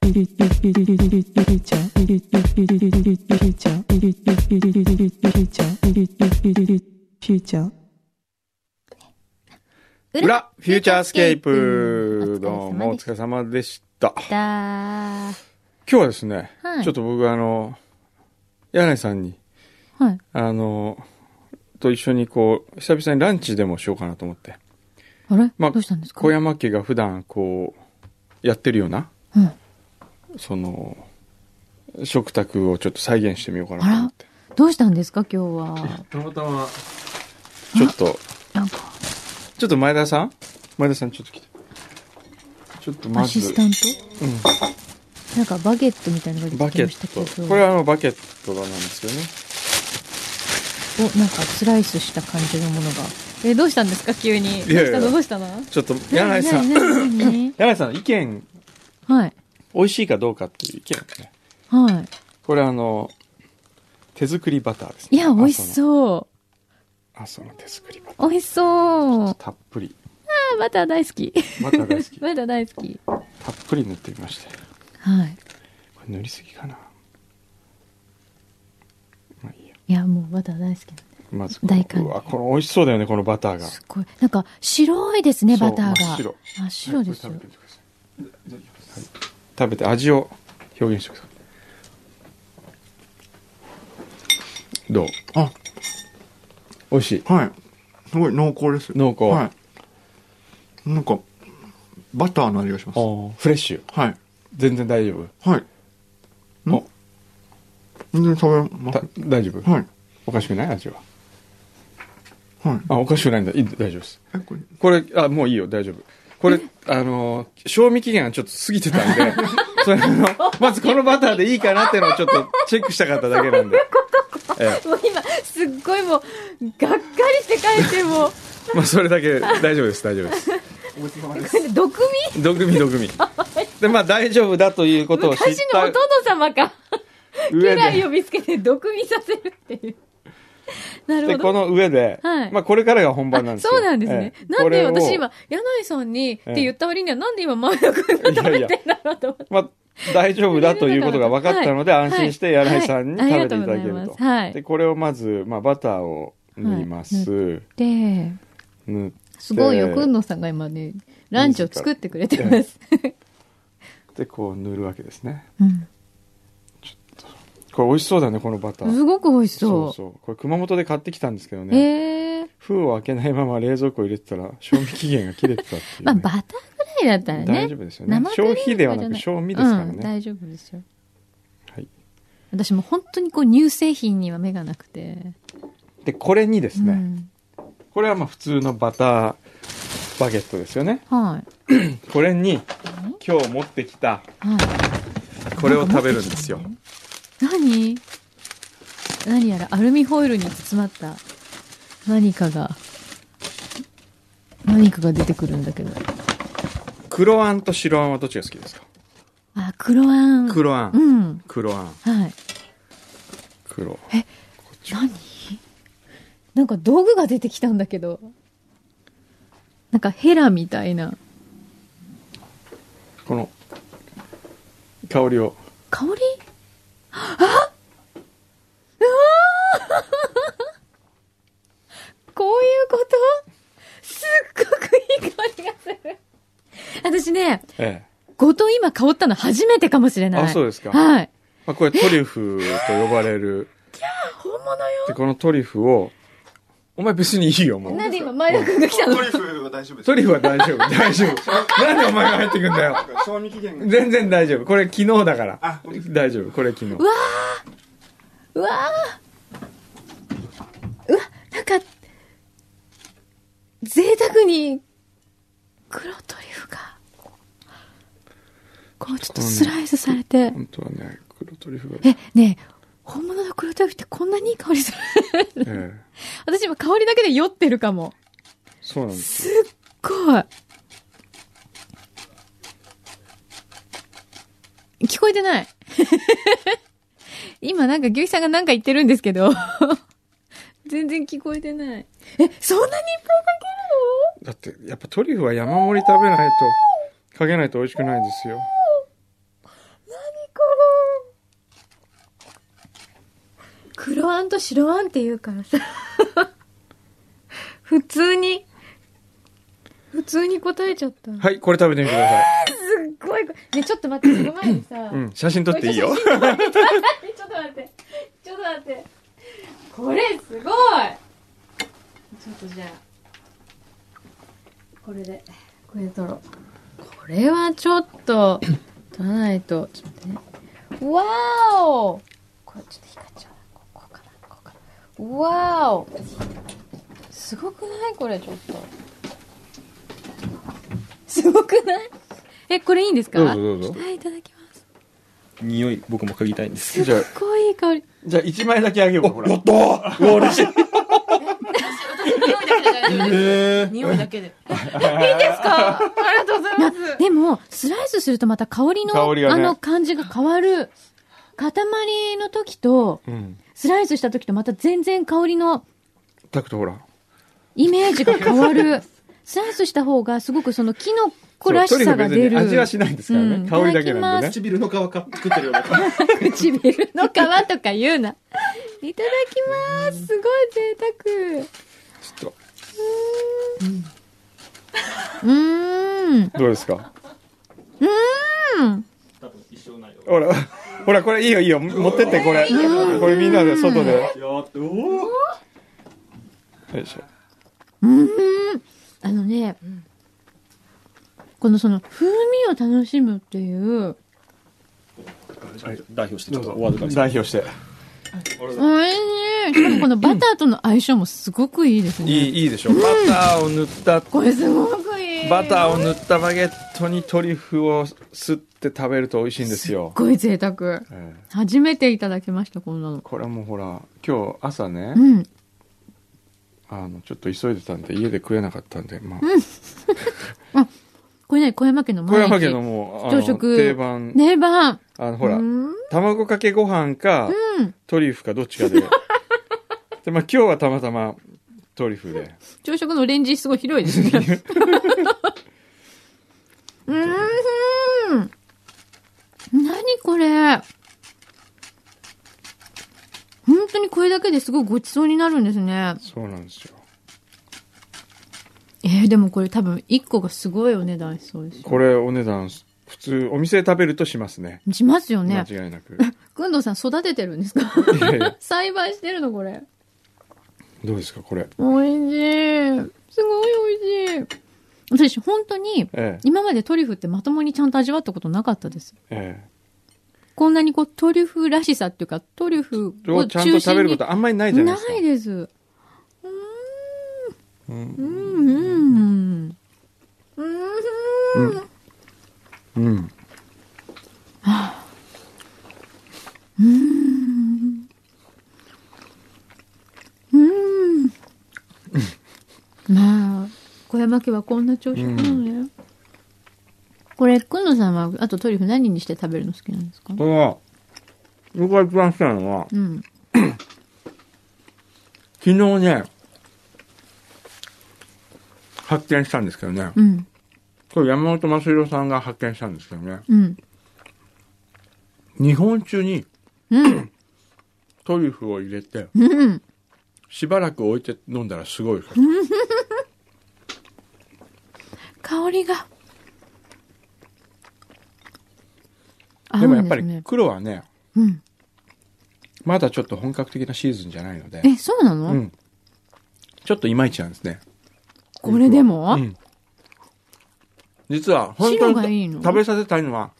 ピリピリピリピリピリピリちゃんピリピリピリピリピリちゃんピリピリピリピリピリちゃんピリピリピリピリピリちゃん裏フューチャースケープどどううももおお疲疲れ様でした今だー日はですね、はいちょっと僕あの柳井さんにはい。あのと一緒にこう久々にランチでもしようかなと思ってあれ、まあどうしたんですか小山家が普段こうやってるようなうん。その食卓をちょっと再現してみようかなと思ってどうしたんですか今日は。たまたまちょっとなんか、ちょっと前田さん前田さんちょっと来てちょっとまアずシスタントうんなんかバゲットみたいなのがバ出てきまケしたけど。ット。これはあのバケットなんですけどね。お、なんかスライスした感じのものが。え、どうしたんですか急に。いやいやどうしたのどうしちょっとたの柳井さん、なになになに柳井さんの意見、はい。美味しいかどうかっていう意見ですね。はこれあの、手作りバターですい。ね。いや、美味しう。そあ、その手作りバタう。美味しそう。ー。あたっぷり。 ー、バター大好き。バター大好 き。たっバター大好き。ぷり塗ってみまして。はい。これ塗りすぎかな。まあいいや。いや、もうバター大好きなんで。まずこの大歓迎うわ、この美味しそうだよね、このバターが。すごい。なんか白いですね、そうバターが。真っ白。真っ白ですよはいこ。れ食べてみてくださいはい食べて味を表現してくださいどうあ、美味しいはい。すごい濃厚です。濃厚はい。なんか、バターの味がします。フレッシュはい。全然大丈夫はい。んお全然食べまたす。大丈夫、はい。おかしくない味ははい。あおかしくないんだいい大丈夫ですえ、これ、これあもういいよ大丈夫これあのー賞味期限がちょっと過ぎてたんでそれあのまずこのバターでいいかなっていうのをちょっとチェックしたかっただけなんでええもう今、すっごいもう、がっかりして書いてもう、まあそれだけ大丈夫です大丈夫ですこれ毒味 毒味毒味でまあ大丈夫だということを知っ昔のおた殿様が、上家来でを見つけて毒味させるっていう。なでるこほど。の上で、はいまあこれからが本番なんですよそうなんですね。ええなんで私今こ、柳井さんにってええ言った割には、なんで今、前田君が食べてんだろうと思って。れをまあ大丈夫だということが分かったので、はい安心してはい柳井さんに食べていただけると,、はいありがとうございますはいでこれをまず、まあ、バターを塗ります、で、塗ってすごいよ、くんのさんが今ね、ランチを作ってくれてます。でこう塗るわけですねうんこれ美味しそうだねこのバターすごく美味しそう。そうこれ熊本で買ってきたんですけどね、ええ封を開けないまま冷蔵庫入れてたら賞味期限が切れてたっていう、ねまあ、バターぐらいだったらね。大丈夫ですよね生クリーム消費ではなじゃく賞味ですからねうん、大丈夫ですよ。はい、私も本当にこう乳製品には目がなくて。でこれにですね、うんこれはまあ普通のバターバゲットですよねはい。これに今日持ってきたはい。これを食べるんですよ何何やらアルミホイルに包まった何かが、何かが出てくるんだけど。黒あんと白あんはどっちが好きですかあ、黒あん。黒あうんん。黒あんはい。黒え何なんか道具が出てきたんだけど。なんかヘラみたいな。この香りを香りああ こういうことすっごくいい香りがする。私ね、ええごと今香ったの初めてかもしれない。あそうですかはい。まあ、これトリュフと呼ば れる本物よ。でこのトリュフをお前別にいいよもうなんで今、前田君が来たのトリュフは大丈夫ですトリュフは大丈夫大丈 夫なんでお前が入ってくんだよか賞味期限全然大丈夫これ昨日だからあ大丈夫これ昨日うわーうわ、なんか、贅沢に、黒トリュフが。こうちょっとスライスされて。本当はね、黒トリュフが。え、ねえ、本物の黒トリュフってこんなにいい香りするええ私今香りだけで酔ってるかも。そうなんです。すっごい。聞こえてない。今なんか牛肥さんがなんか言ってるんですけ ど。全然聞こえてない。え、そんなにいっぱいかだって、やっぱトリュフは山盛り食べないと、かけないと美味しくないですよ。けるの黒あんと白あんって言うからさ。 普通に、普通に答えちゃった。すはい、これ食べてみてください。っごい。ね、ちょっと待って、その前にさ。うん、写真撮っていいよ。ちょっと待って。ちょっと待って。これすごい。ちょっとじゃあ。これで。これで撮ろう。これはちょっと、撮らないと。ちょっとね。わーおこれちょっと光っちゃうな。ここかな。ここかな。わーおすごくないこれちょっと。すごくないえ、これいいんですかどうぞどうぞ。はい、いただきます。匂い、僕も嗅ぎたいんです。すっごいいい香り。じゃあ1枚だけあげようか、ほら。ったーうわ、嬉しい。匂いだけで。でも、スライスするとまた香りの、香りがあねの感じが変わる。塊の時と、うん。スライスした時とまた全然香りのタクトほら。イメージが変わ る。スライスした方がすごくそのキノコらそうしさが出トリュフる。別に味はしないですからね。うん香りだけなんでね。唇の皮か作ってるような感じ唇の皮とか言うな。いただきます。すごい贅ちょっ沢。うーん。と、どうですかほら、ほら、これいいよいいよ。持ってって、これ。これみんなで外で。よいしょ。あのね、このその風味を楽しむっていう、代表して、ちょっとお預かりしま代表して。おいしい。しかも このバターとの相性もすごくいいですね。いい、いいでしょ。バターを塗った、これすごくいい。バターをすっ塗ったバゲットにトリュフを吸って食べると美味しいんですよ。ごい贅沢。ええ初めていただきました、こんなの。これもほら、今日朝ねう、ん。あの、ちょっと急いでたんで、家で食えなかったんで、まあ、これね、小山家のこれ毎は日けどもう、あ朝の、食。定番、定番。あの、ほらう、ん卵かけご飯か、うん。トリュフかどっちかで。 で、まあ今日はたまたまトリュフで。朝食のレンジすごい広いですね。 うーん。何これ。本当にこれだけですごいごちそうになるんですね。そうなんですよ。えー、でもこれ多分1個がすごいお値段しそうですよ。これお値段、普通、お店で食べるとしますね。しますよね。間違いなく。くんどうさん育ててるんですか いやいや栽培してるのこれ。どうですか、これ。おいしい。すごいおいしい。私本当にええ、今までトリュフってまともにちゃんと味わったことなかったです。えこんなにこうトリュフらしさっていうかトリュフえ。ををちゃんと中食べ心るにことあんまりないじゃないなですか。いです。うーん。うん。うん。うん。うん。まあ、小山家はこんな朝食なのね。これ、くんのさんは、あとトリュフ何にして食べるの好きなんですかこれは、僕が一番好きなのは、うん。昨日ね、発見したんですけどね。うん。これ山本正弘さんが発見したんですけどね。うん。日本中にうん。トリュフを入れて、うん。しばらく置いて飲んだらすごいです。香りが。合でうんもすやっぱりね黒はね、うん。まだちょっと本格的なシーズンじゃないので、え、そうなの、うん。ちょっといまいちなんですね。これでも、うん実は、本当白がいいにの食べさせたいのは、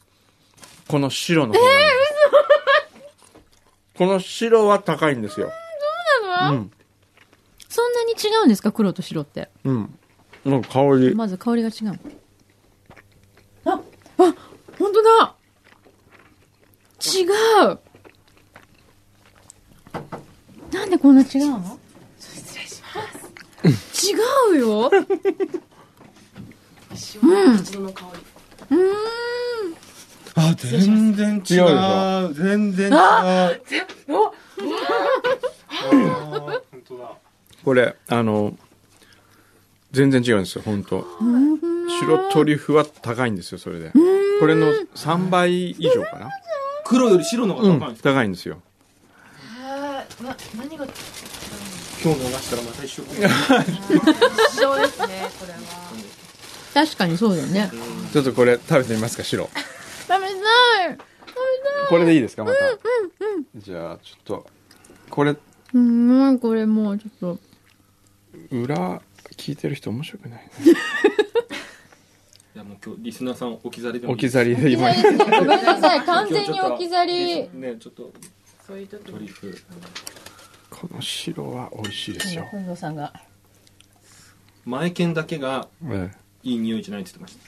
この白の方なんです。この白は高いんですよ。そうなの、うんそんなに違うんですか黒と白って。うん。なんか香り。まず香りが違う。あ、あ、本当だ違うなんでこんな違うの失礼します違うよう塩のカツの香ーんあ、全然違違う。全然違う。あり。おー本当だ。これあの全然違うんですよ本当白トリュフは高いんですよそれでこれの3倍以上かな黒より白の方が高いんですか、高いんですよあーな何今が日逃したらまた一緒に。一緒ですねこれは。確かにそうだよねちょっとこれ食べてみますか白食べたいこれでいいですかまたじゃあちょっとこれうまいこれもうちょっと裏聞いてる人面白くないいやもう今日リスナーさん置き去りでもい置いき去りで今ごめんなさい完全に置き去りねちょっとそういう時トリュフこの白は美味しいですよ、近藤さんが前剣だけがえいい匂いじゃないって言ってました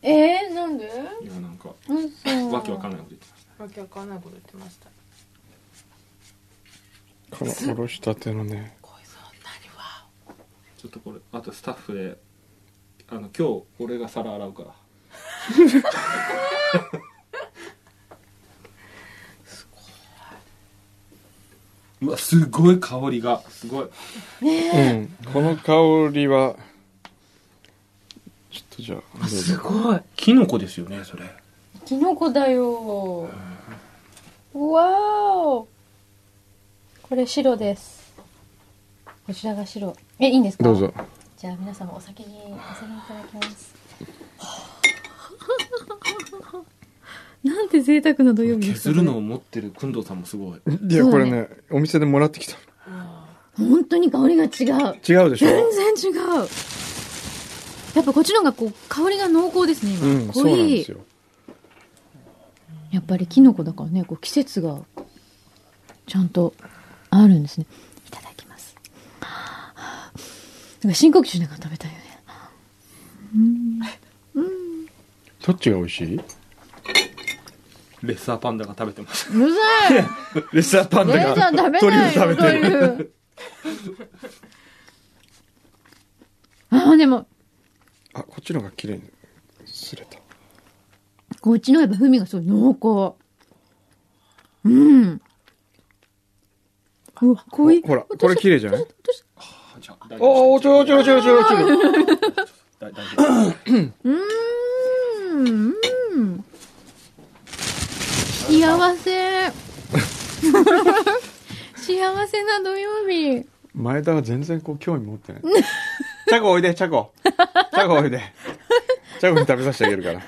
えー、なんでいやなんか嘘わけわかんないこと言ってましわけわかんないこと言ってました。えこのおろしたてのねたちょっとこれあとスタッフであの今日俺が皿洗う からうわすごい香りがすごいうんこの香りはちょっとじゃあどうぞごいキノコですよねそれキノコだようわーおこれ白ですこちらが白えいいんですかどうぞじゃあ皆様お先にお先にいただきますなんて贅沢な土曜日です削るのを持ってる工藤さんもすごいいやこれねお店でもらってきた本当に香りが違う違うでしょ全然違うやっぱこっちの方がこう香りが濃厚ですねう今、ん濃そうなんいですよやっぱりキノコだからねこう季節がちゃんとあるんですねいただきますなんか深呼吸しながら食べたいよねどっちが美味しいレッサーパンダが食べてますうるさいレッサーパンレイちゃん食べないよトリュフ ああでもあこっちのが綺麗にすれたこっちのやっぱ風味がすごい濃厚うんうわ濃いほらこれ綺麗じゃないあじゃあ大丈夫おおちょろちょろちょろちょろちょろ大大丈夫うんうん幸 せ幸せな土曜日前田は全然こう興味持ってない チャコおいでチャコチャコおいでチャコに食べさせてあげるから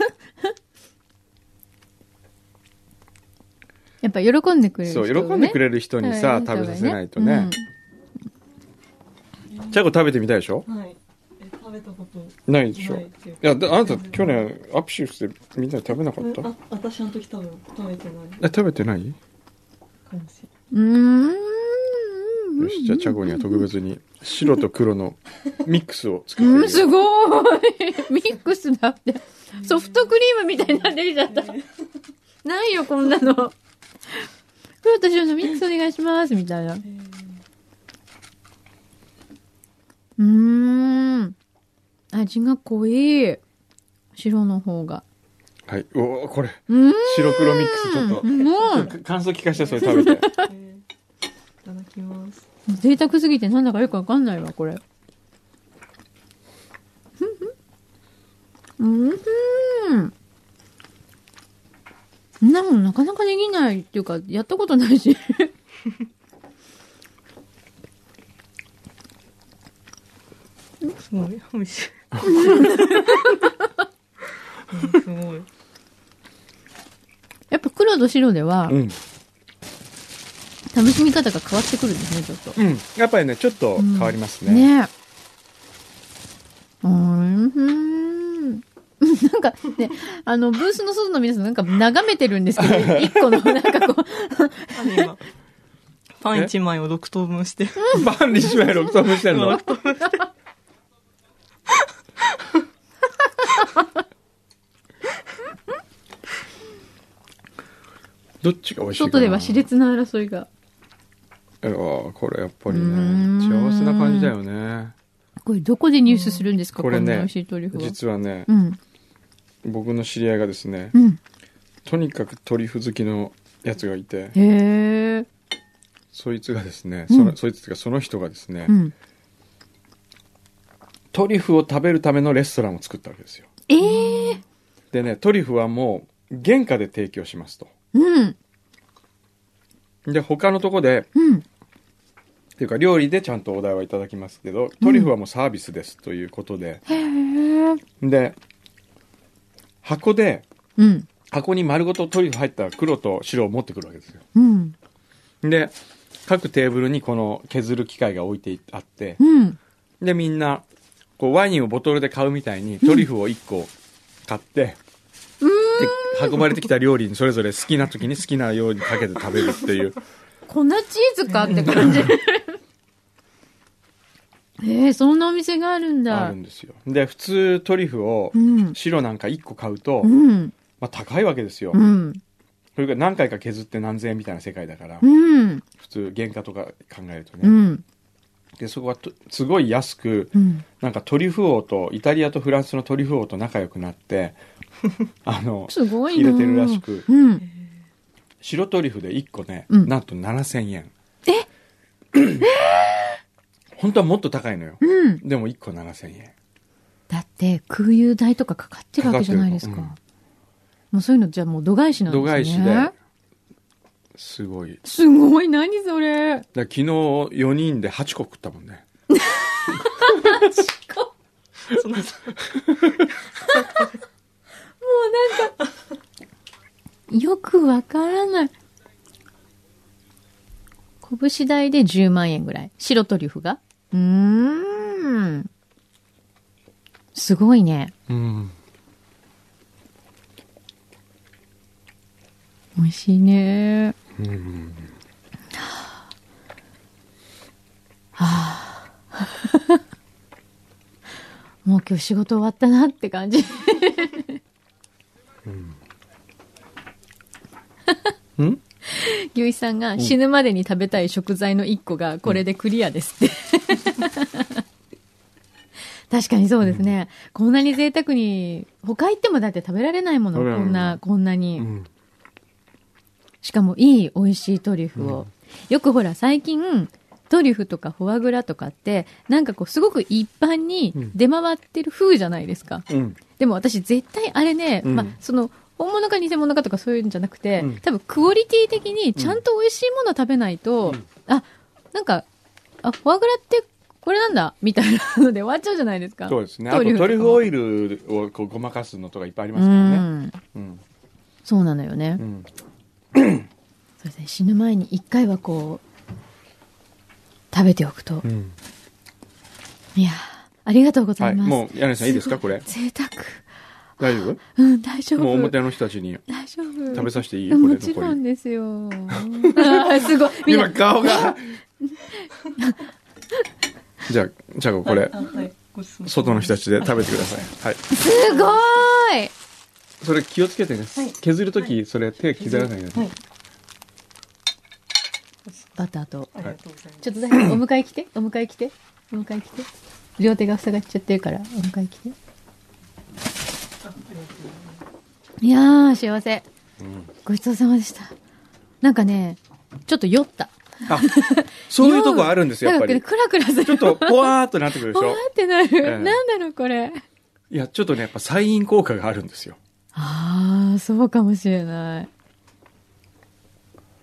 やっぱ喜んでくれる人をそうね、喜んでくるれる人にさ食べさせないとねチャコ食べてみたいでしょはい。え食べたことないでしょないいっていうか。やであなた去年アプシウスでみんなで食べなかったあ私の時多分食べてないえ食べてないかもしうんよしじゃあチャコには特別に白と黒のミックスを作うっんてあげするごいミックスだってソフトクリームみたいになってきちゃったないよこんなの黒と白のミックスお願いしますみたいなうーん味が濃い白の方がはいおおこれうーん白黒ミックスちょっともう感想聞かせてそれ食べてれない。えーいただきます。贅沢すぎてなんだかよくわかんないわこれうんうんうんそんなもんなかなかできないっていうかやったことないし すごい美味しい。す ごい。やっぱ黒と白ではうん楽しみ方が変わってくるんですねちょっとうんやっぱりねちょっと変わりますね,、ねえうんうん なんかね、あの、ブースの外の皆さんなんか眺めてるんですけど、一個の、なんかこ う、あの今パン一枚を六等分して。パンにしまい6等分してるのどっちが美味しいかな外では熾烈な争いが。いやーこれやっぱりうーんね幸せな感じだよねこれどこで入手するんですか、これんなね美味しいトリュフは。実はねうん。僕の知り合いがですねうん。とにかくトリュフ好きのやつがいてへえ。そいつがですねうそんのそいつっていうかその人がですねうん。トリュフを食べるためのレストランを作ったわけですよええー。でねトリュフはもう原価で提供しますとうん。で他のとこでうん。っていうか料理でちゃんとお代はいただきますけどトリュフはもうサービスですということで、へえ。で箱でうん。箱に丸ごとトリュフ入った黒と白を持ってくるわけですようん。で各テーブルにこの削る機械が置いてあってうん。でみんなこうワインをボトルで買うみたいにトリュフを1個買って、で運ばれてきた料理にそれぞれ好きな時に好きなようにかけて食べるっ ていう粉チーズかって感じ。 ええ、そんなお店があるんだ。あるんですよで普通トリュフをうん。白なんか1個買うと、うん。まあ、高いわけですよ、うん。それから何回か削って何千円みたいな世界だから、うん。普通原価とか考えるとね、うん。でそこはとすごい安くうん。なんかトリュフ王とイタリアとフランスのトリュフ王と仲良くなって あのすごい入な。れてるらしくうん。白トリュフで1個ね、うんなんと7000円え本当はもっと高いのようん。でも1個7000円だって、空輸代とかかかってるわけじゃないですか。かかってもうそういうの、じゃあもう度外視なんです度ね。外視ですごいだかすごい、何それ。ら昨日4人で8個食ったもんねそんなよくわからない。拳代で10万円ぐらい。白トリュフが。うーん。すごいね。うん美味しいね。はあ。もう今日仕事終わったなって感じ。うんゆいさんが死ぬまでに食べたい食材の一個がこれでクリアですって。確かにそうですね。こんなに贅沢に、他行ってもだって食べられないもの、食べらこれないんな、こんなうに。んしかもいい美味しいトリュフを。よくほら最近、トリュフとかフォアグラとかって、なんかこうすごく一般にうん出回ってる風じゃないですか。うんでも私絶対あれね、うんまあその、本物か偽物かとかそういうんじゃなくて、うん多分クオリティ的にちゃんと美味しいもの食べないと、あ、なんか、あ、フォアグラってこれなんだみたいなので終わっちゃうじゃないですか。そうですねあとトリュフオイルをこうごまかすのとかいっぱいありますうからねん。うんそうなのよね。うんそうですね死ぬ前に一回はこう、食べておくと。うんいやーありがとうござはいいます。もう柳さんいいですかこ れ贅沢。大丈夫うん、大丈夫。もう表の人たちに大丈夫。食べさせていいうんこれもちろ残んりですよ。 あーすごい。みんな今 顔がじゃあじゃあこれあはいごちそうさまです外の人たちで食べてくださいはいすごい。それ気をつけてね削るときそれ手削らないようはにいバターと。ありがとうございますちょっとだけお迎え来て、お迎え来て、お迎え来て。両手が塞がっちゃってるから、お迎え来て。いやー、幸せ。ごちそうさまでした。なんかね、ちょっと酔った。あそういうとこあるんですよやっぱなんりかねクラクラすちょる。っとポワーっとなってくるでしほ わょーってなる。ええなんだろう、これ。いやちょっとねやっぱサイン効果があるんですよああ、そうかもしれない。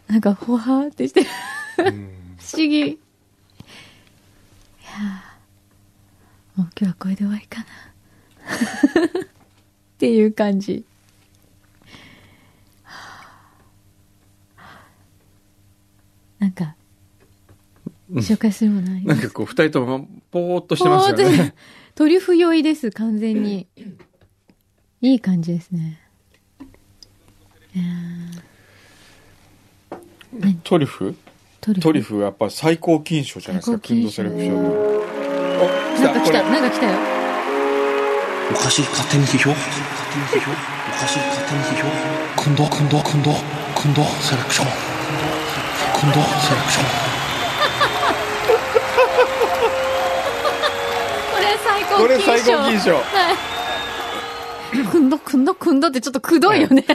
なんか、ほわーってしてる。不思議。いやーもう今日はこれで終わりかな。 っていう感じ。なんか、紹介するものありなまんすかこう二人ともポーっとしてますよほんねとトリュフ酔いです、完全 に。いい感じですね。いやトリュフートリュフ。トリュフやっぱ最高金賞じゃないです最か高金金賞度セレクションのなおんか来これた、なんか来たよ。おかしい勝手に批評おかしい勝手に批評おかしい勝手に批評今度今度今度今今度セレクション今度セレクション これ最高金賞これ最高金賞くんどくんどくんどってちょっとくどいよね。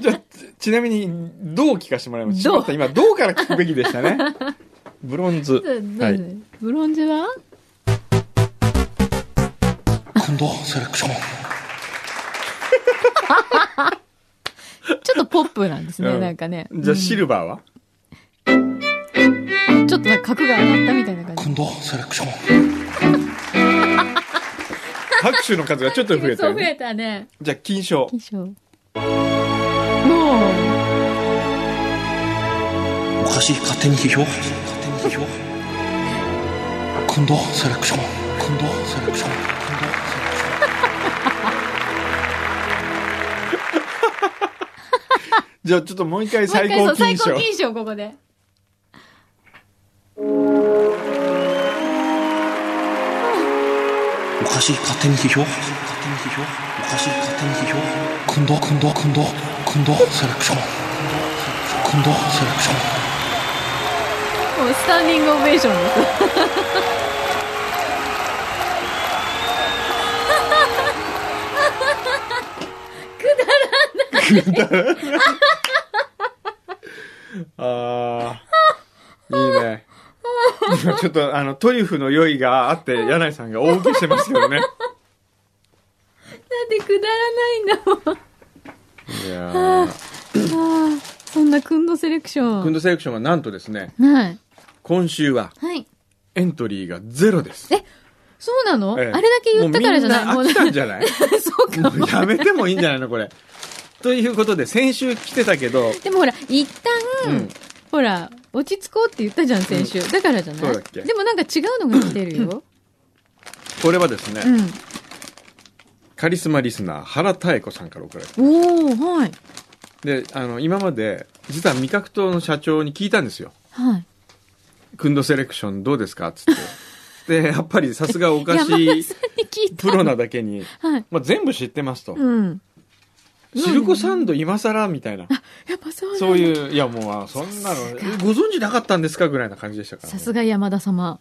じゃあちちなみにどう聞かせてもらいますどう柴田今どうから聞くべきでしたね ブロンズはいブロンズは今度セレクションちょっとポップなんですね、うんなんかね。じゃあシルバーは、ちょっとなんか角が上がったみたいな感じ。今度セレクション拍手の数がちょっと増えたそよう増ねえたね。じゃあ金賞金賞。もう、おかしい勝手に批評勝手に批評今度セレクション今度セレクション今度セレクションじゃあちょっともう一回もう一回最高そう最金賞高金賞、ここで。おかしい勝手に批評勝手に批評おかしい勝手に批評今度今度今度今度セレクション今度セレクションもうスタンディングオベーションです。ああ、いいね。今ちょっとあのトリュフの酔いがあって柳井さんが大受けしてますけどね。なんでくだらないんだもん。いやーそんなくんどセレクシクョンン。ドセレクションはなんとですね、はい。今週ははい。エントリーがゼロです。そうなの、ええあれだけ言ったからじゃないもうみんな飽きたんじゃないもう そうかもうやめてもいいんじゃないのこれ。ということで先週来てたけど、でもほら、一旦、うんほら、落ち着こうって言ったじゃん、先週。だからじゃないそうだっけでもなんか違うのが来てる よ。これはですね、うん。カリスマリスナー原妙子さんから送られおー、はい。てであの今まで実は味覚党の社長に聞いたんですよ。はい。クンドセレクションどうですかっつって。 でやっぱりさすがお山か田さんしにい。聞いた。プロなだけに、はい。まあ、全部知ってますと、うん。シルコサンド今更みたいな、やっぱそうなんだそういういやもうあそんなのご存知なかったんですかぐらいな感じでしたから、さね、すが山田様。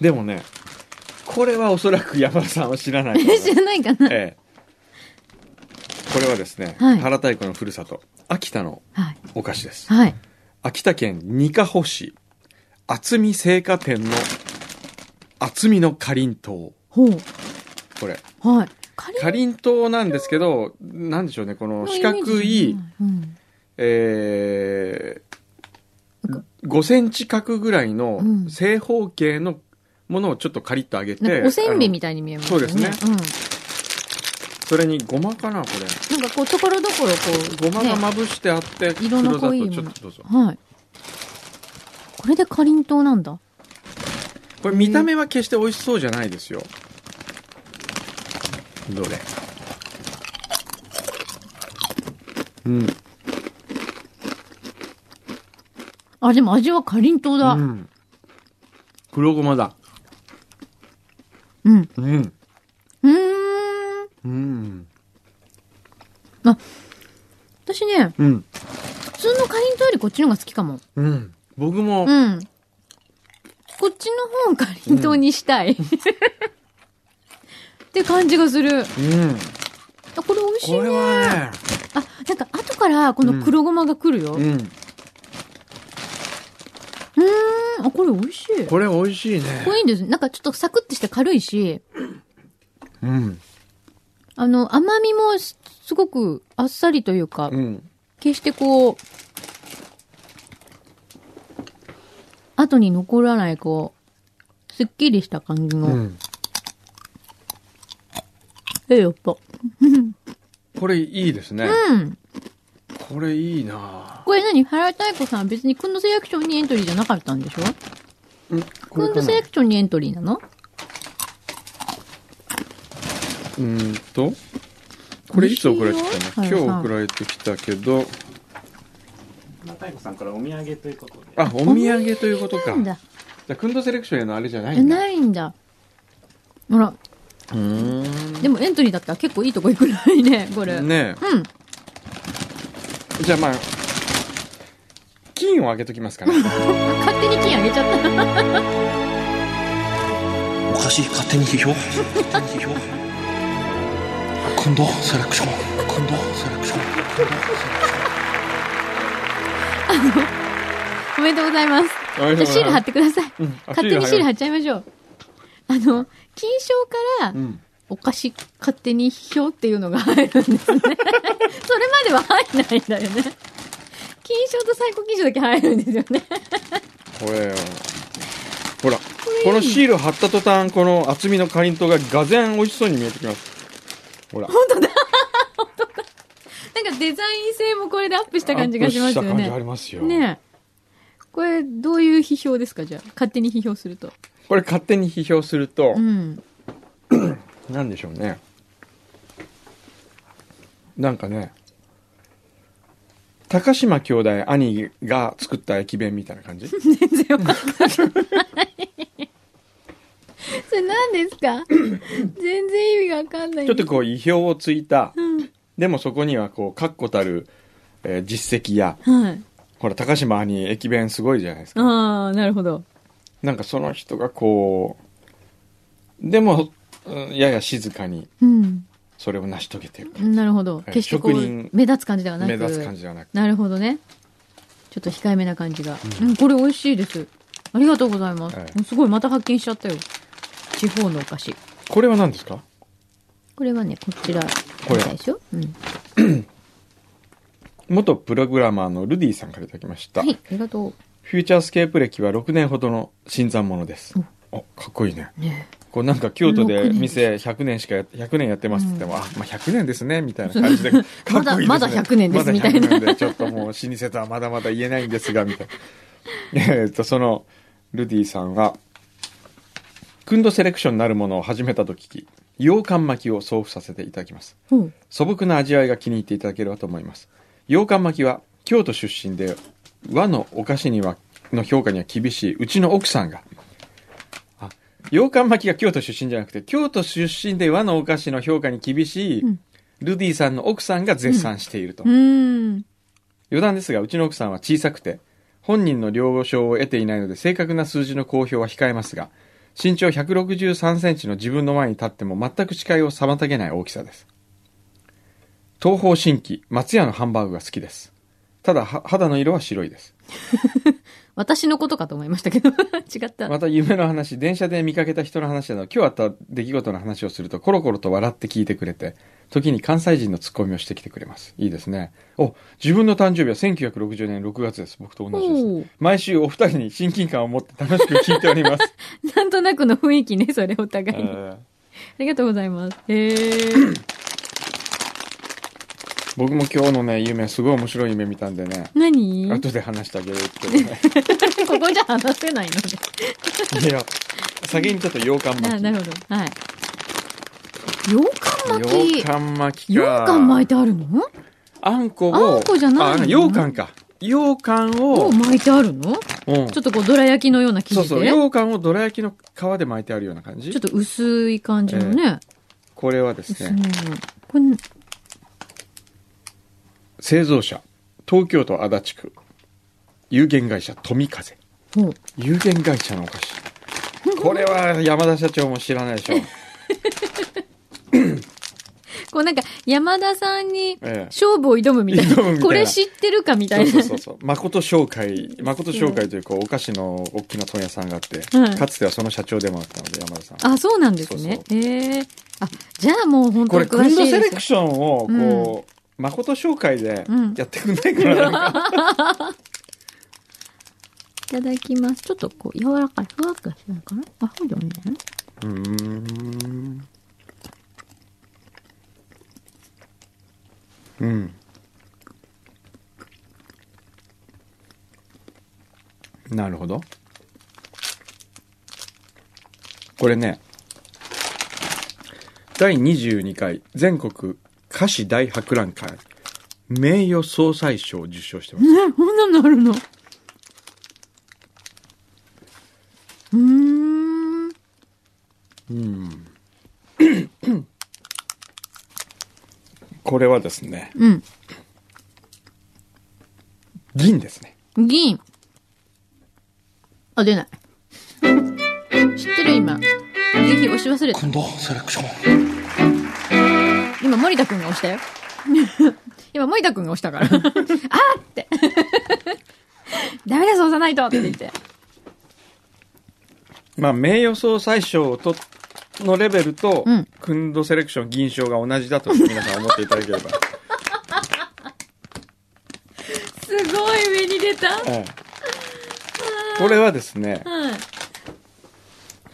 でもねこれはおそらく山田さんは知らないと思います知らないかなええこれはですね、はい原太鼓のふるさと秋田のはい。お菓子ですはい。秋田県にかほ市厚み製菓店の厚みのかりんとうほう。これはい。カレーかりんとうなんですけどなんでしょうねこのの四イメージじゃ角ないうん。えー、5センチ角ぐらいのうん正方形のものをちょっとカリッと揚げなて、んかおせんべいみたたいいに見えますそようね。ですねうん。それにごまかなこなんかこう、ところどころこう。れごまがねまぶしてあって、色の濃い黒砂糖ちょっとどうぞはい。これでかりんとうなんだ。これ見た目は決して美味しそうじゃないですよどれうん、あ、でも味はかりんとうだ。ううん。ん、黒ごまだううんーん。うん私ね、うん普通のかりんとうよりこっちの方が好きかも。うん僕うも、ん。こっちの方をかりんとうにしたい。って感じがする。うん、あ、これ美味しいこれね。はねあ、なんか後からこの黒ごまが来るよ。うーん、うんあ、これ美味しい。ここれ美味しいね。れいいんです。なんかちょっとサクッとして軽いし、うん。あの、甘みもすすごくあっさりというか、うん。決してこう、後に残らない、こう、すっきりした感じの。うん。ええ、やっぱ。これいいですね。うん。これいいなこれ何原太子さんは別にくんどセレクションにエントリーじゃなかったんでしょうん。こくれんどかなセレクションにエントリーなのうーんと。これいつ送られてきた美の味しいよ今日送られてきたけど、中子さんからお土産ということであ、お土産ということなか。んじゃだ。あ、クンドセレクションへのあれじゃないえんだ。うないんだ。ほら、ーでもエントリーだったら結構いいとこ行くらいね、これ。ん。ねうん。え。じゃあまあ、金をあげときますから。勝手に金あげちゃった。おかしい勝手に批評勝手に批評今度セレクション今度セレクションおめでとうございます。おめでとうございますシール貼ってください。うんあ勝手にシール貼貼っちゃいましょう。あの、金賞から、んお菓子勝手に票っていうのが入るんですね。そ れまでは入んないんだよね。金賞と最高金賞だけ入るんですよね。これよほらこのシール貼った途端この厚みのかりんとうががぜん美味しそうに見えてきますほらなんかデザイン性もこれでアップした感じがしますよアップした感じありね。ますよ、ねえ。これ、どういう批評ですかじゃあ。勝手に批評すると。これ勝手に批評するとう、ん。なんでしょうねなんかね高島兄弟兄が作った駅弁みたいな感じ 全然わかんない。それ何です か全然意味がわかんない。ちょっとこう意表をついた、んでもそこにはこう確固たる、えー実績やはい。ほら高島兄駅弁すごいじゃないですかああ、なるほど。なんかその人がこうでも、うんやや静かにうん。それを成し遂げてるなるほど。決してこ職う人、目立つ感じではなく。目立つ感じではなくなるほどね。ちょっと控えめな感じが。うん、これ美味しいです。ありがとうございます。ええすごい、また発見しちゃったよ。地方のお菓子。これは何ですかこれはね、こちら、これみたいでしょうん。元プログラマーのルディさんからいただきました、はい、ありがとフューチャースケープ歴は6年ほどの新参者ですうんあかっこいいねう。ねこうなんか京都で6年店100年しかや100年やってますって言っても、あまあ100年ですねみたいな感じでかっこいいです、ね、 まだまだ100年ですみたいなまだ100年でちょっともう老舗とはまだまだ言えないんですがみたいなえーっとそのルディさんはクンドセレクションなるものを始めたと聞き羊羹巻きを送付させていただきますほう。素朴な味わいが気に入っていただければと思います羊羹巻きは京都出身で和のお菓子にはの評価には厳しいうちの奥さんがあ羊羹巻きが京都出身じゃなくて京都出身で和のお菓子の評価に厳しい、うんルディさんの奥さんが絶賛していると、うーん。余談ですがうちの奥さんは小さくて本人の了承を得ていないので正確な数字の公表は控えますが身長1 6 3センチの自分の前に立っても全く視界を妨げない大きさです東方神起松屋のハンバーグが好きですただは肌の色は白いです私のことかと思いましたけど。 違った。また夢の話電車で見かけた人の話など今日あった出来事の話をするとコロコロと笑って聞いてくれて時に関西人のツッコミをしてきてくれますいいですねお自分の誕生日は1960年6月です僕と同じです、おう毎週お二人に親近感を持って楽しく聞いており ます、なんとなくの雰囲気ね、それおえ互いに。あーりがとうございます。へー 僕も今日のね夢すごい面白い夢見たんでね何後で話してあげるっていうねここじゃ話せないので。いや先にちょっと羊羹巻あ、きなるほど。はい。羊羹巻き。羊羹巻き羊か羹巻いてあるのあんこをあんこじゃないのあん羊羹か羊羹もをう巻いてあるのちうんょっとこう、どら焼きのような生地そで。うそう羊羹をどら焼きの皮で巻いてあるような感じちょっと薄い感じのね。これはです薄ねめの。これ、製造者東京都足立区有限会社富風ほう有限会社のお菓子これは山田社長も知らない でしょこうなんか、山田さんにええ勝負を挑むみたい挑むみたいな。なこれ知ってるかみたそいうな。そうそうそう誠商会誠商会というこうお菓子の大きな問屋さんがあって、はいかつてはその社長でもあったので山田さ んあ、そうなんですね。へえ。あ、じゃあもう本こ当れにク詳ンしドいセレでクす。ションをこう、誠商会でうんやってくんないかな,、いただきます。ちょっとこう、柔らかい。ふわっとしてるかなあ、そうじゃないかなうーんうんなるほどこれね第22回全国歌詞大博覧会名誉総裁賞を受賞してますね、こんなのあるの。うーん。これはですねうん。銀ですね銀。あ、出ない。知ってる今。ぜひ押し忘れた。今度セレクション今、森田くんが押した よ。今、森田くんが押したから。 あーって。 ダメです、押さないとって言って。まあ、名誉総裁賞とのレベルと、うんクンドセレクション銀賞が同 じだと皆さん思っていただければ。すごい上に出た。ええこれはですね、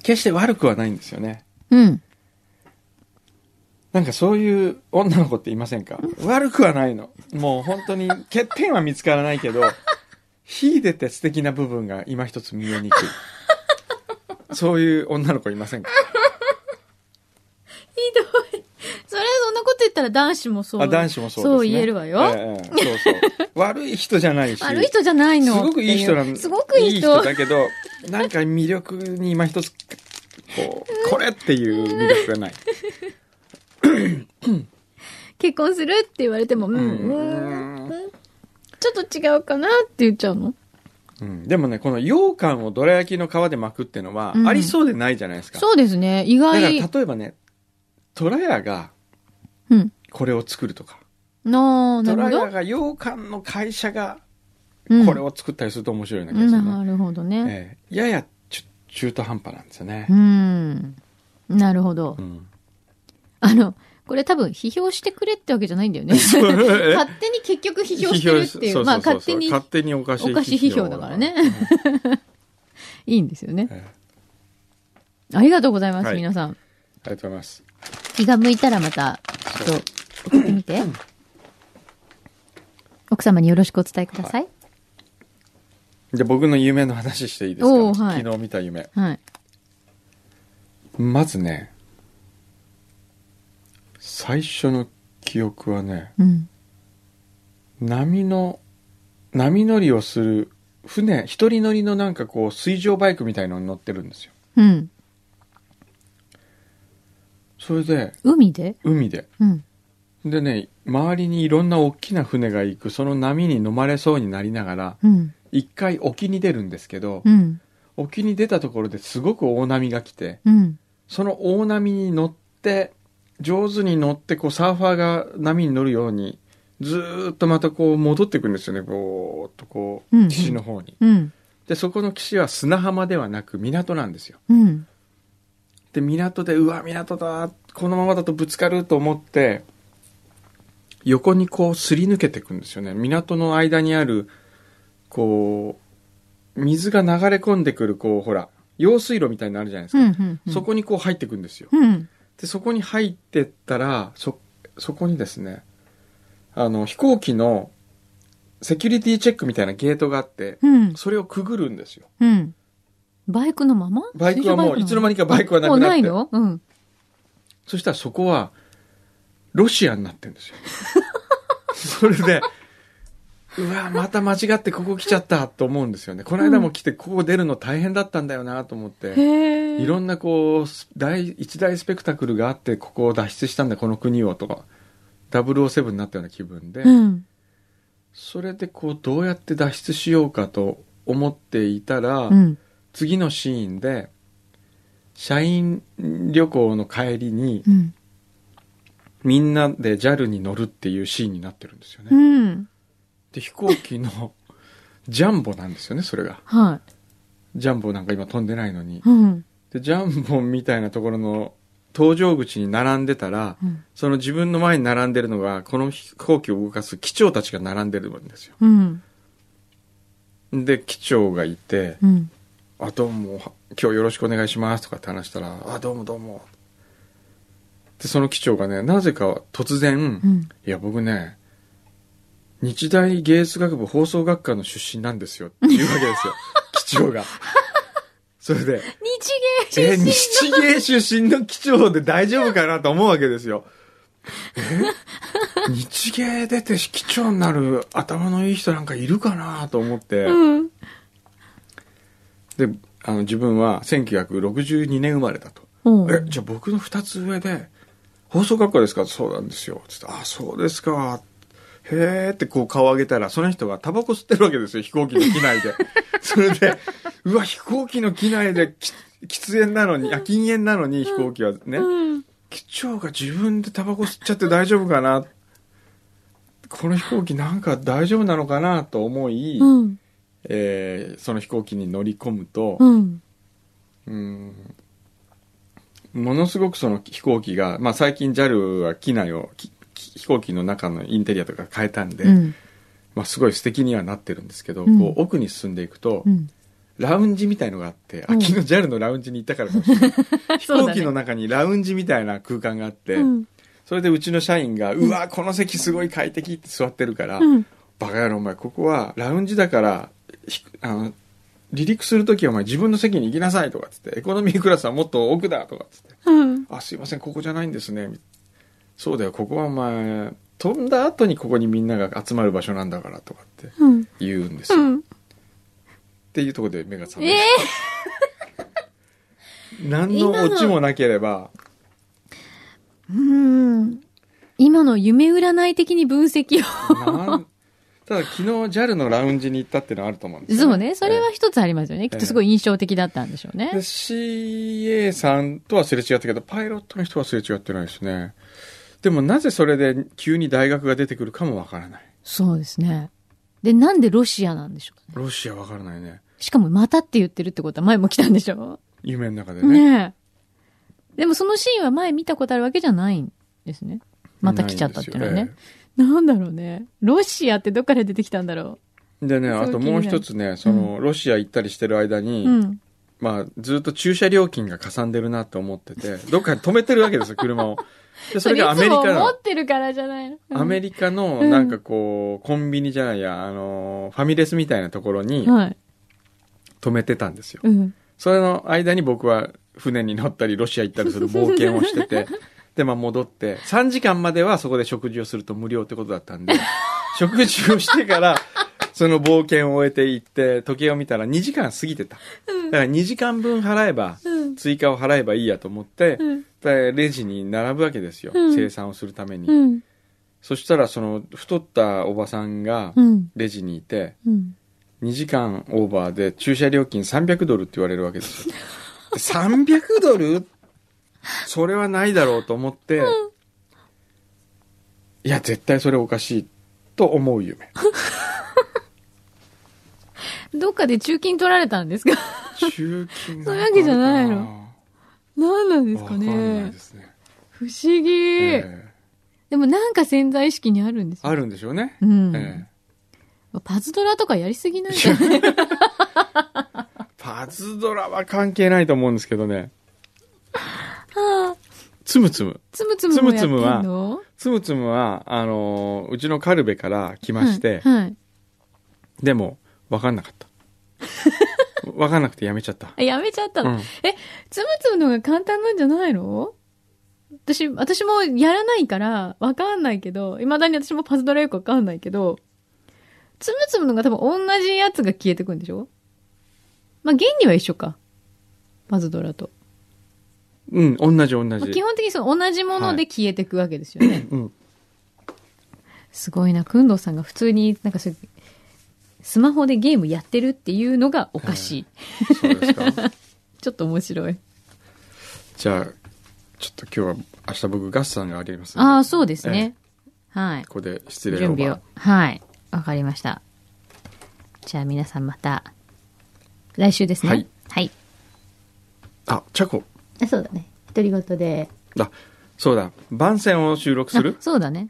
決して悪くはないんですよね。うん。なんかそういう女の子っていませんか悪くはないの。もう本当に欠点は見つからないけ ど、秀でて素敵な部分が今一つ見えにくい。そういう女の子いませんかひどい。それ、そんなこと言ったら男子もそう。あ男子もそうですね。そう言えるわよ。ええええそうそう。悪い人じゃないし。悪い人じゃないすの。ごくいい人なの。すごくいい人。だけど、なんか魅力に今一つ、こう、これっていう魅力がない。結婚するって言われても、うん、うんうんちょっと違うかなって言っちゃうのうん、でもね、この羊羹をどら焼きの皮で巻くっていうのは、うんありそうでないじゃないですか。そうですね。意だから外。例えばね、トラヤがうん。これを作るとか、なあ、なトるほラヤど。が羊羹の会社がうんこれを作ったりすると面白いような気うがんするね。なるほどね。ええややち中途半端なんですよねう。ん。なるほどう。ん。あの、これ多分批評してくれってわけじゃないんだよね。う勝え手に結局批評してるっていう。まあ勝手に勝手におかしいおかしい批評だからねうん いいんですよね。ええありがとうございます、はい皆さん。ありがとうございます。気が向いたらまた、ちょっと送ってみて。奥様によろしくお伝えください。で、僕の夢の話していいですか、おーはい昨日見た夢。はい。まずね、最初の記憶はね、うん。波の、波乗りをする船、一人乗りのなんかこう、水上バイクみたいのに乗ってるんですよ。うん。それで、海で海で。うん。でね、周りにいろんな大きな船が行く、その波に飲まれそうになりながら、うん。一回沖に出るんですけどう、ん。沖に出たところですごく大波が来て、うん。その大波に乗って、上手に乗って、こう、サーファーが波に乗るように、ずーっとまたこう、戻ってくるんですよね、ぼーっとこうんうう、ん岸の方に。うん。で、そこの岸は砂浜ではなく港なんですよ。うん。で、港で、うわ、港だ、このままだとぶつかると思って、横にこう、すり抜けていくんですよね。港の間にある、こう、水が流れ込んでくる、こう、ほら、用水路みたいになのあるじゃないですうか。ん。そこにこう入っていくんですよ。うん。で、そこに入ってったら、そ、そこにですね、あの、飛行機のセキュリティチェックみたいなゲートがあって、うん。それをくぐるんですよ。うん。バイクのままバイクはもう、いつの間にかバイクはなもうくなっなて。いのうん。そしたらそこは、ロシアになってるんですよ。 それで、うわ、また間違ってここ来ちゃったと思うんですよね。この間も来て、ここ出るの大変だったんだよなと思って。へいろんんなこうス大一大スペクタクルがあってここを脱出したんだこの国をとか007になったような気分で、うん。それでこうどうやって脱出しようかと思っていたら、うん。次のシーンで社員旅行の帰りにうん。みんなで JAL に乗るっていうシーンになってるんですよね。うん。で飛行機の ジャンボなんですよねそれが。はジャンボなんか今飛んでないのにい。。うん。でジャンボみたいなところの搭乗口に並んでたら、うんその自分の前に並んでるのが、この飛行機を動かす機長たちが並んでるんですよ。うん。で、機長がいて、うん。あ、どうも、は今日よろしくお願いしますとかって話したら、あ、どうもどうも。で、その機長がね、なぜか突然、うん。いや、僕ね、日大芸術学部放送学科の出身なんですよっていうわ けですよ。機長が。それで、日え芸ー、出身日芸出身の機長で大丈夫かなと思うわけですよ。え日芸出て機長になる頭のいい人なんかいるかなと思って、うん。であの自分は1962年生まれだと。うんえ、じゃあ僕の2つ上で、放送学科ですかそうなんですよ。つって、あ、そうですか。へーってこう顔上げたら、その人がタバコ吸ってるわけですよ、飛行機の 機内で。それで、うわ、飛行機の機内でき喫煙なのに、あ、禁煙なのに飛行機はね、機長が自分でタバコ吸っちゃって大丈夫かな。この飛行機なんか大丈夫なのかなと思い、うんえーその飛行機に乗り込むと、うんうんものすごくその飛行機が、まあ、最近 JAL は機内をきき飛行機の中のインテリアとか変えたんで、うんまあ、すごい素敵にはなってるんですけど、うんこう奥に進んでいくと、うんラウンジみたいのがあって、あうん昨日 JAL のラウンジに行ったからかもしれない飛 そうだ行ね機の中にラウンジみたいな空間があって、うんそれでうちの社員が「うわこの席すごい快適」って座ってるから「うんバカ野郎お前ここはラウンジだからひあの離陸する時はお前自分の席に行きなさい」とかっつって「エコノミークラスはもっと奥だ」とかっつってうん「あすいませんここじゃないんですね」そうだよここはお前飛んだ後にここにみんなが集まる場所なんだから」とかってうん言うんですうよ、っんていうところで目が覚めえまえした、何のオチもなければうん。今の夢占い的に分析を。なん ただ昨日 JAL のラウンジに行ったっていうのはあると思うんですよそうね。それは一つありますよね。きっとすごい印象的だったんでしょうでね。 CA さんとはすれ違ったけど、パイロットの人はすれ違ってないですね。でもなぜそれで急に大学が出てくるかもわからない。そうですね。で、なんでロシアなんでしょうね。ロシアわからないね。しかも、またって言ってるってことは前も来たんでしょ夢の中でうね。ねえ。でもそのシーンは前見たことあるわけじゃないんですね。また来ちゃったっていうのはないんねで。なんだろうね。ロシアってどっから出てきたんだろすよ。ええでね、すごいあともう一つね、その、ロシア行ったりしてる間に、う。うん。まあ、ずっと駐車料金がかさんでるなと思ってて、どっかに止めてるわけですよ、車を。で、それがアメリそカれいつもの持、ってるからじゃないの。うんアメリカの、うんなんかこう、コンビニじゃないや、あの、ファミレスみたいなところにはい。止めてたんですよ。うん。それの間に僕は船に乗ったりロシア行ったりする冒険をし てて、で、まあ戻って、3時間まではそこで食事をすると無料ってことだった んで、食事をしてから、その冒険を終えて行って、時計を見たら2時間過ぎてた。だから2時間分払えば、うん。追加を払えばいいやと思って、うんでレジに並ぶわけですよ。うん生産をするために。うん。そしたら、その太ったおばさんがうん。レジにいて、うん。 2時間オーバーで駐車料金300ドルって言われるわけで すよ。で300ドルそれはないだろうと思って、いや、絶対それおかしいと思う夢。どっかで中金取られたんですか中金そういうわけじゃないの 何なんですかわかんないねですね。不思議、ええでもなんか潜在意識にあるんですよ。あるんでしょうね。うん。えパズドラとかやりすぎなんじゃないえパズドラは関係ないと思うんですけどね。ああつむつむ。つむつむもやってんのつむつむはつむつむは、あのーうちのカルベから来まして、はい。はいでも、わかんなか った。わかんなくてやめちゃった。あやめちゃったうの。んつむつむのが簡単なんじゃないの私、私もやらないから、わかんないけど、未だに私もパズドラよくわかんないけど、つむつむのが多分同じやつが消えてくんでしょまあ、原理は一緒か。パズドラと。うん、同じ同まあじ基。本的にその同じもので消えていくわけですよね。うん、すごいな、くんどうさんが普通になんかそういう、スマホでゲームやってるっていうのがおかしい。そうですか。ちょっと面白い。じゃあ、ちょっと今日は、明日僕ガスさんがありますあのあ、で、そうですね。はいこ。こで失礼準を。備を。はい。わかりました。じゃあ皆さんまた、来週ですね。はい。はい。あ、チャコ。あそうだね。独り言で。あ、そうだ。番宣を収録するあそうだね。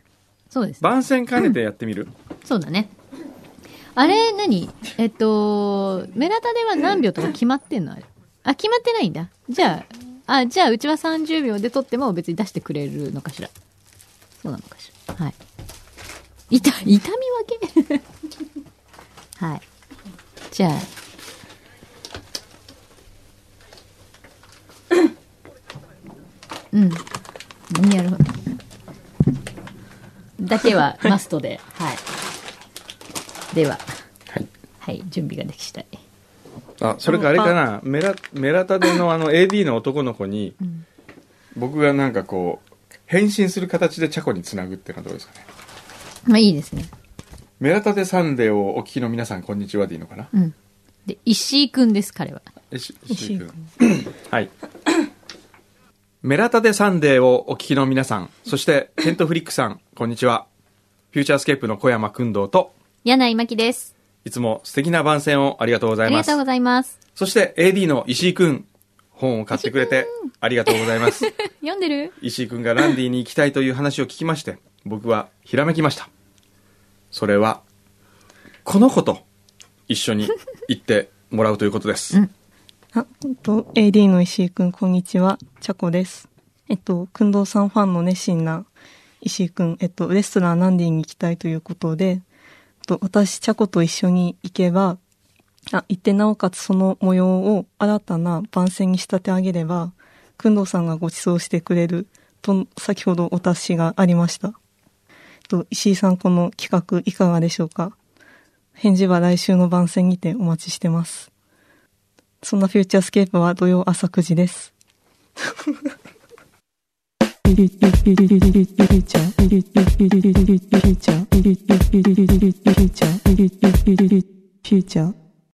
そうですね。番宣兼ねてやってみる、そうだね。あれ、何えっと、メラタでは何秒とか決まってんのあれ。あ、決まってないんだ。じゃあ、あ、じゃあ、うちは30秒で撮っても別に出してくれるのかしら。そうなのかしら。はい。痛、痛み分け はい。じゃあ。うん。何やるだけはマストで。はい。では、はい。はい、準備ができ次第。あ、それかあれかな。メラ、メラタデのあの AD の男の子に、僕がなんかこう、変身する形でチャコにつなぐっていうのはどうですかね。まあいいですね。メラタテサンデーをお聞きの皆さん、こんにちはでいいのかなうん。で、石井くんです、彼は。えし石井君はい。メラタデサンデーをお聞きの皆さん、そしてテントフリックさん、こんにちは。フューチャースケープの小山君堂と、柳井真紀です。いつも素敵な番宣をありがとうござあいりまがすとう。ございます。そして AD の石井君、本を買ってくれてありがとうございます。 読んでる石井君がランディに行きたいという話を聞きまして、僕はひらめきました。それは、この子と一緒に行ってもらうということです。あ、えっと、AD の石井くん、こんにちは。チャコです。えっと、くんどうさんファンの熱心な石井くん、えっと、レストランランディに行きたいということで、えっと、私、チャコと一緒に行けば、あ、行ってなおかつその模様を新たな番宣に仕立て上げれば、くんどうさんがご馳走してくれる、と、先ほどお達しがありました。えっと、石井さん、この企画いかがでしょうか返事は来週の番宣にてお待ちしてます。そんなフューチャースケープは土曜朝9時です。 Future.